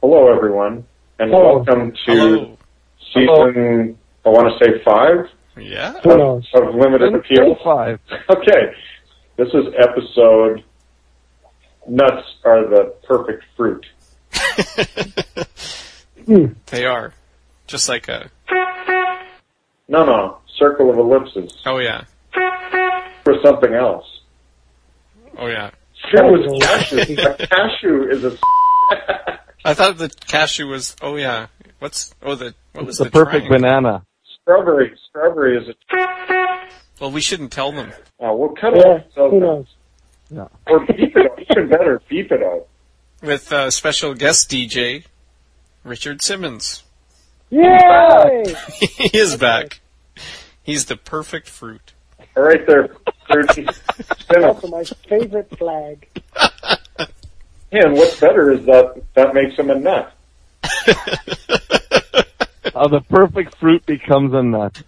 Hello, everyone, and Hello. welcome to Hello. season, I want to say five Yeah. Who knows? of Limited Appeal. Five. Okay, this is episode Nuts Are the Perfect Fruit. Hmm. they are. Just like a. No, no, Circle of Ellipses. Oh yeah. For something else. Oh yeah. It was cashew. a cashew is a. I thought the cashew was. Oh yeah. What's? Oh the. What was It's the the perfect triangle? banana. strawberry. Strawberry is a. Well, we shouldn't tell them. Oh, we'll cut Yeah, it out. who knows? Or beep it out. Even better, beep it out. With uh, special guest DJ, Richard Simmons. Yay! he is back. He's the perfect fruit. All right there, Fruity. That's my favorite flag. And what's better is that that makes him a nut. How the perfect fruit becomes a nut.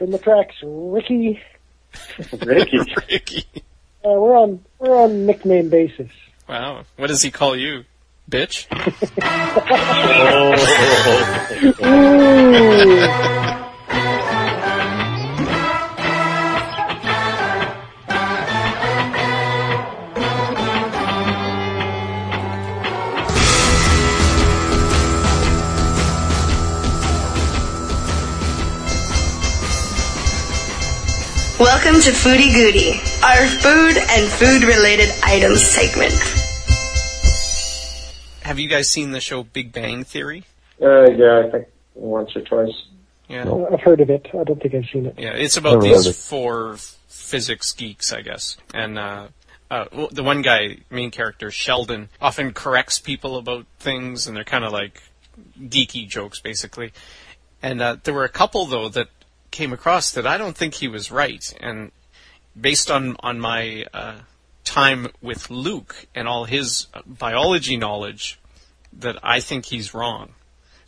In the tracks, Ricky. Ricky. Ricky. Uh, we're on we're on nickname basis. Wow. What does he call you? Bitch. Ooh. Welcome to Foodie Goody, our food and food related items segment. Have you guys seen the show Big Bang Theory? Uh, yeah, I think once or twice. Yeah. I've heard of it. I don't think I've seen it. Yeah, it's about Never these heard of it. four f- physics geeks, I guess. And uh, uh, well, the one guy, main character, Sheldon, often corrects people about things, and they're kind of like geeky jokes, basically. And uh, there were a couple, though, that came across that I don't think he was right. And based on, on my uh, time with Luke and all his biology knowledge, that I think he's wrong.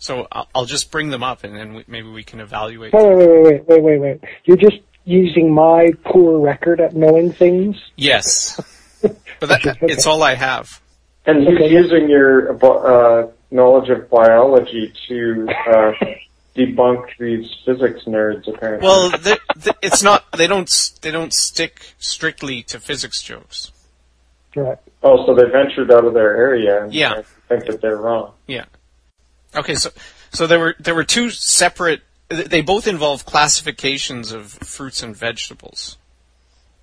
So I'll I'll just bring them up, and then we, maybe we can evaluate. Oh, Wait, wait, wait, wait, wait, wait, wait. You're just using my poor record at knowing things. Yes. But that, Okay, okay. it's all I have. And he's Okay. using your uh, knowledge of biology to uh, debunk these physics nerds, apparently. Well, th th it's not. They don't. s- They don't stick strictly to physics jokes. Right. oh, so they ventured out of their area and Yeah. think that they're wrong. Yeah. Okay. So, so there were there were two separate. th- They both involve classifications of fruits and vegetables,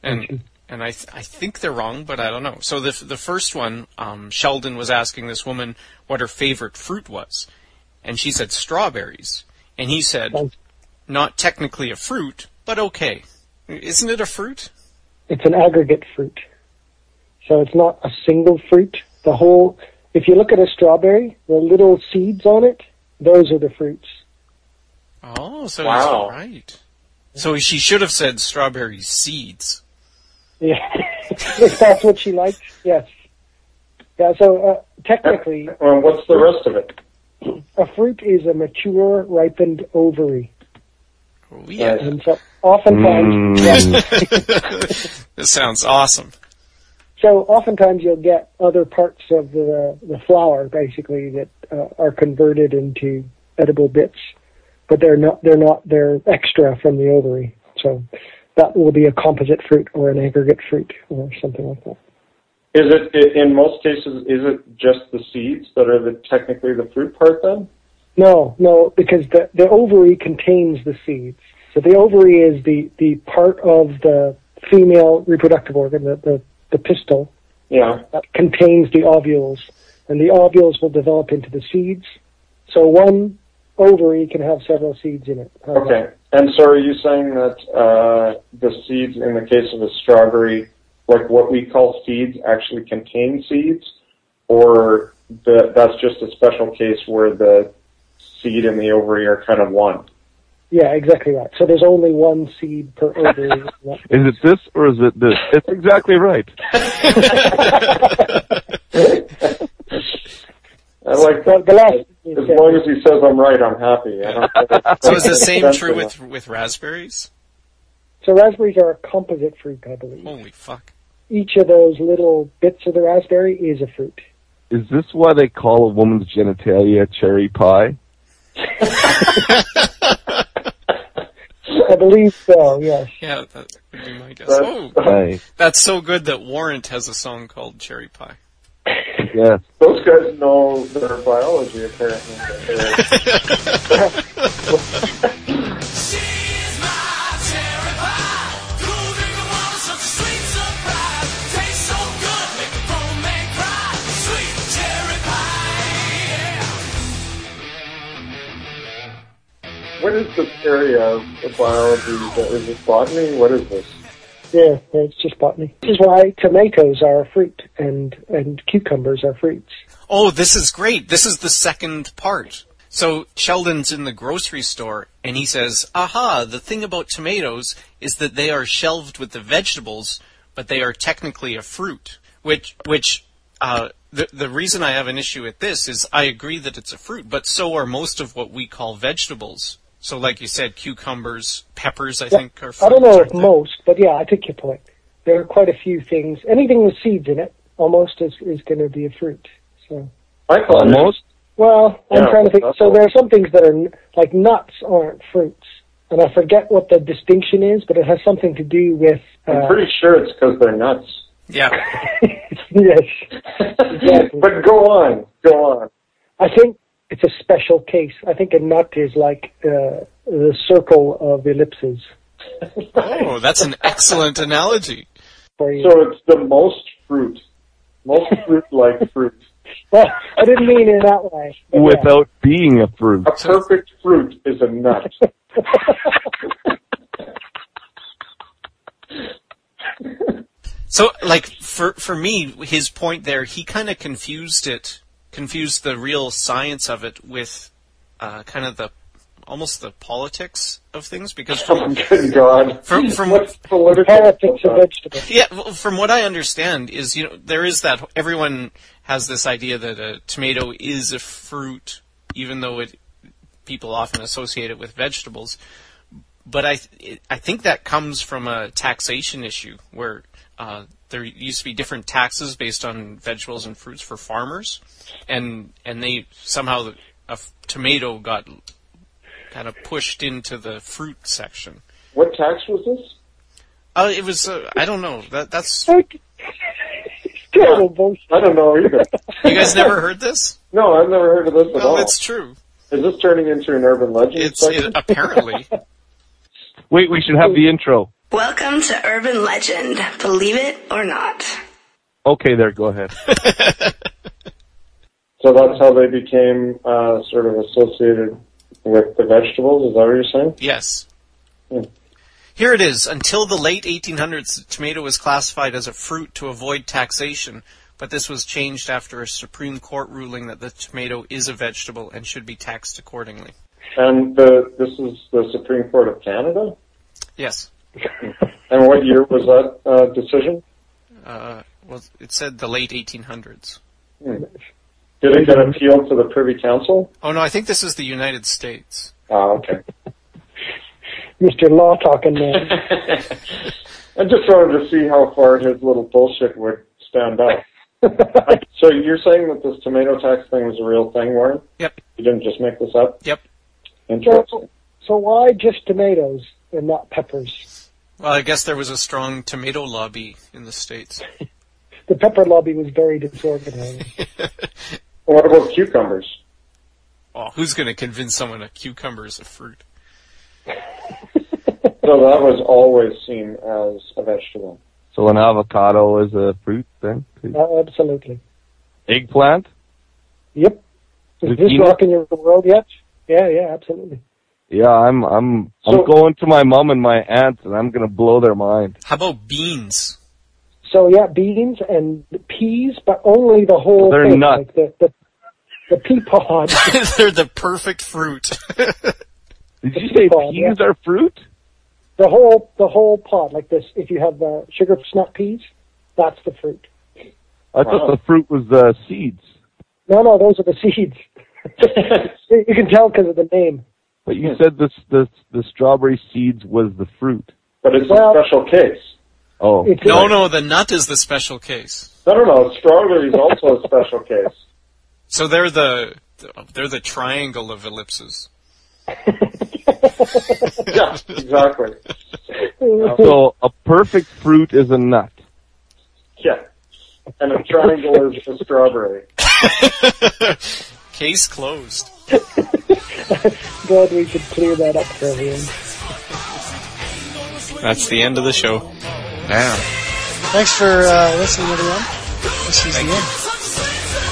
and and I th- I think they're wrong, but I don't know. So the f- the first one, um, Sheldon was asking this woman what her favorite fruit was, and she said strawberries, and he said, not technically a fruit, but okay. Isn't it a fruit? It's an aggregate fruit. So it's not a single fruit. The whole, if you look at a strawberry, the little seeds on it, those are the fruits. Oh, so Wow. he's right. So she should have said strawberry seeds. Yeah. if that's what she likes, yes. Yeah, so uh, technically, Well, what's the rest of it? a fruit is a mature, ripened ovary. Oh, yeah. And so oftentimes, Mm. this sounds awesome. So oftentimes you'll get other parts of the the flour basically that uh, are converted into edible bits, but they're not they're not they're extra from the ovary. So that will be a composite fruit or an aggregate fruit or something like that. Is it, i- in most cases, is it just the seeds that are the technically the fruit part then? No, no, because the the ovary contains the seeds. So the ovary is the the part of the female reproductive organ, the the, the pistil, Yeah. that contains the ovules, and the ovules will develop into the seeds. So one ovary can have several seeds in it. Uh, How's Okay. And so are you saying that uh, the seeds, in the case of a strawberry, like what we call seeds, actually contain seeds, or the, that's just a special case where the seed and the ovary are kind of one? that? Yeah, exactly right. So there's only one seed per ovary. Yeah. Is it this or is it this? It's exactly right. I like So the last As long as he says I'm right, I'm happy. I don't care. So is the same That's true enough. with with raspberries? so raspberries are a composite fruit, I believe. Holy fuck. each of those little bits of the raspberry is a fruit. Is this why they call a woman's genitalia cherry pie? I believe so. Yes. Yeah, that would be my guess. That's- Oh, Right. that's so good that Warrant has a song called Cherry Pie. Yes. Those guys know their biology apparently. She's my cherry pie. Groovy, the one, such a sweet surprise. Tastes so good, make a grown man cry. Sweet cherry pie. yeah. what is this area of biology? That, is this botany? What is this? Yeah, it's just botany. This is why tomatoes are a fruit and and cucumbers are fruits. Oh, this is great. This is the second part. So Sheldon's in the grocery store and he says, Aha, the thing about tomatoes is that they are shelved with the vegetables, but they are technically a fruit. Which, which, uh, the, the reason I have an issue with this is I agree that it's a fruit, but so are most of what we call vegetables. So like you said, cucumbers, peppers, I think are fruits. I don't know if aren't they? most, but yeah, I take your point. There are quite a few things. Anything with seeds in it almost is is going to be a fruit. So I call it Almost. well, I'm Yeah, trying to think. that's So all. there are some things that are n- like nuts aren't fruits, and I forget what the distinction is, but it has something to do with. I'm Uh, pretty sure it's because they're nuts. Yeah. yes, Exactly. but go on, go on. I think it's a special case. I think a nut is like uh, the circle of ellipses. Oh, that's an excellent analogy. For you. So it's the most fruit, most fruit-like fruit, Well, I didn't mean it that way. but yeah. Without being a fruit. a perfect fruit is a nut. So, like for for me, his point there, he kind of confused it, confused the real science of it with uh, kind of the almost the politics of things. Because from Oh, good God! from, from What's political? Politics of vegetables. yeah, well, from what I understand is you know there is that everyone has this idea that a tomato is a fruit, even though it people often associate it with vegetables. But I th- I think that comes from a taxation issue where uh, there used to be different taxes based on vegetables and fruits for farmers, and and they somehow a f- tomato got kind of pushed into the fruit section. What tax was this? Uh, it was uh, I don't know that that's Like, it's terrible bullshit. I don't know either. You guys never heard this? No, I've never heard of this at Well, all. it's true. Is this turning into an urban legend? It's section? it, uh, apparently. Wait, we should have the intro. Welcome to Urban Legend, believe it or not. Okay, there, go ahead. so that's how they became uh, sort of associated with the vegetables. Is that what you're saying? yes. Hmm. Here it is. Until the late 1800s, the tomato was classified as a fruit to avoid taxation, but this was changed after a Supreme Court ruling that the tomato is a vegetable and should be taxed accordingly. And the this is the Supreme Court of Canada. Yes. And what year was that uh, decision? Uh, well, it said the late 1800s. Did it get appealed to the Privy Council? Oh no, I think this is the United States. Ah, okay. Mr. Law talking man. I just wanted to see how far his little bullshit would stand up. so you're saying that this tomato tax thing was a real thing, Warren? Yep. You didn't just make this up? Yep. Interesting. so why just tomatoes and not peppers? Well, I guess there was a strong tomato lobby in the states. The pepper lobby was very disorganized. What about cucumbers? Oh, who's going to convince someone a cucumber is a fruit? So that was always seen as a vegetable. So an avocado is a fruit then? Uh, absolutely. Eggplant? Yep. Is this Zucchini? rocking your world yet? Yeah, yeah, absolutely. Yeah, I'm I'm So- I'm going to my mom and my aunt and I'm gonna blow their mind. How about beans? So yeah, beans and peas, but only the whole They're thing, nuts. like the the, the pea pod. They're the perfect fruit. Did you say Well, peas are fruit? the whole the whole pod, like this. If you have uh, sugar snap peas, that's the fruit. I thought Wow. the fruit was uh, seeds. No, no, those are the seeds. you can tell because of the name. But you said this the the strawberry seeds was the fruit. But it's Well- a special case. Oh, It's- No, no, the nut is the special case. No, no, no. Strawberry is also a special case. So they're the they're the triangle of ellipses. Yeah, exactly. so a perfect fruit is a nut. Yeah. And a triangle is a strawberry. Case closed. Glad we could clear that up for everyone. That's the end of the show. Damn. Thanks for uh, listening, everyone. This is the end.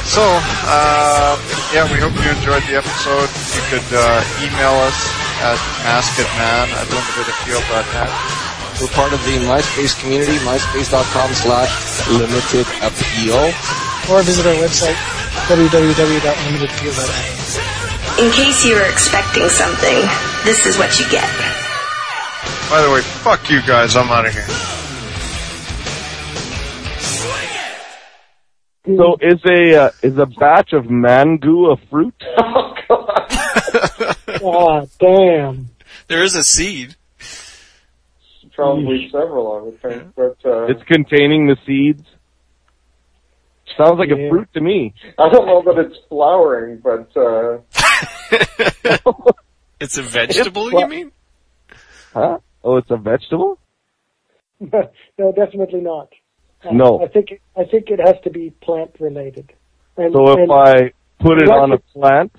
So, um, yeah, we hope you enjoyed the episode. You could uh, email us at maskedman at limitedappeal.net. We're part of the MySpace community, myspace.com slash limited appeal. Or visit our website, www.limitedappeal.net. In case you were expecting something, this is what you get. By the way, fuck you guys, I'm out of here. So is a uh, is a batch of mango a fruit? Oh, God. Ah, damn. There is a seed. Probably several, I would think. But uh, It's containing the seeds. Sounds like Yeah. a fruit to me. I don't know that it's flowering, but uh, It's a vegetable, It's- you mean? Huh? Oh, it's a vegetable. no, definitely not. I- No. I think it, I think it has to be plant related. And, So if and I put it on a plant,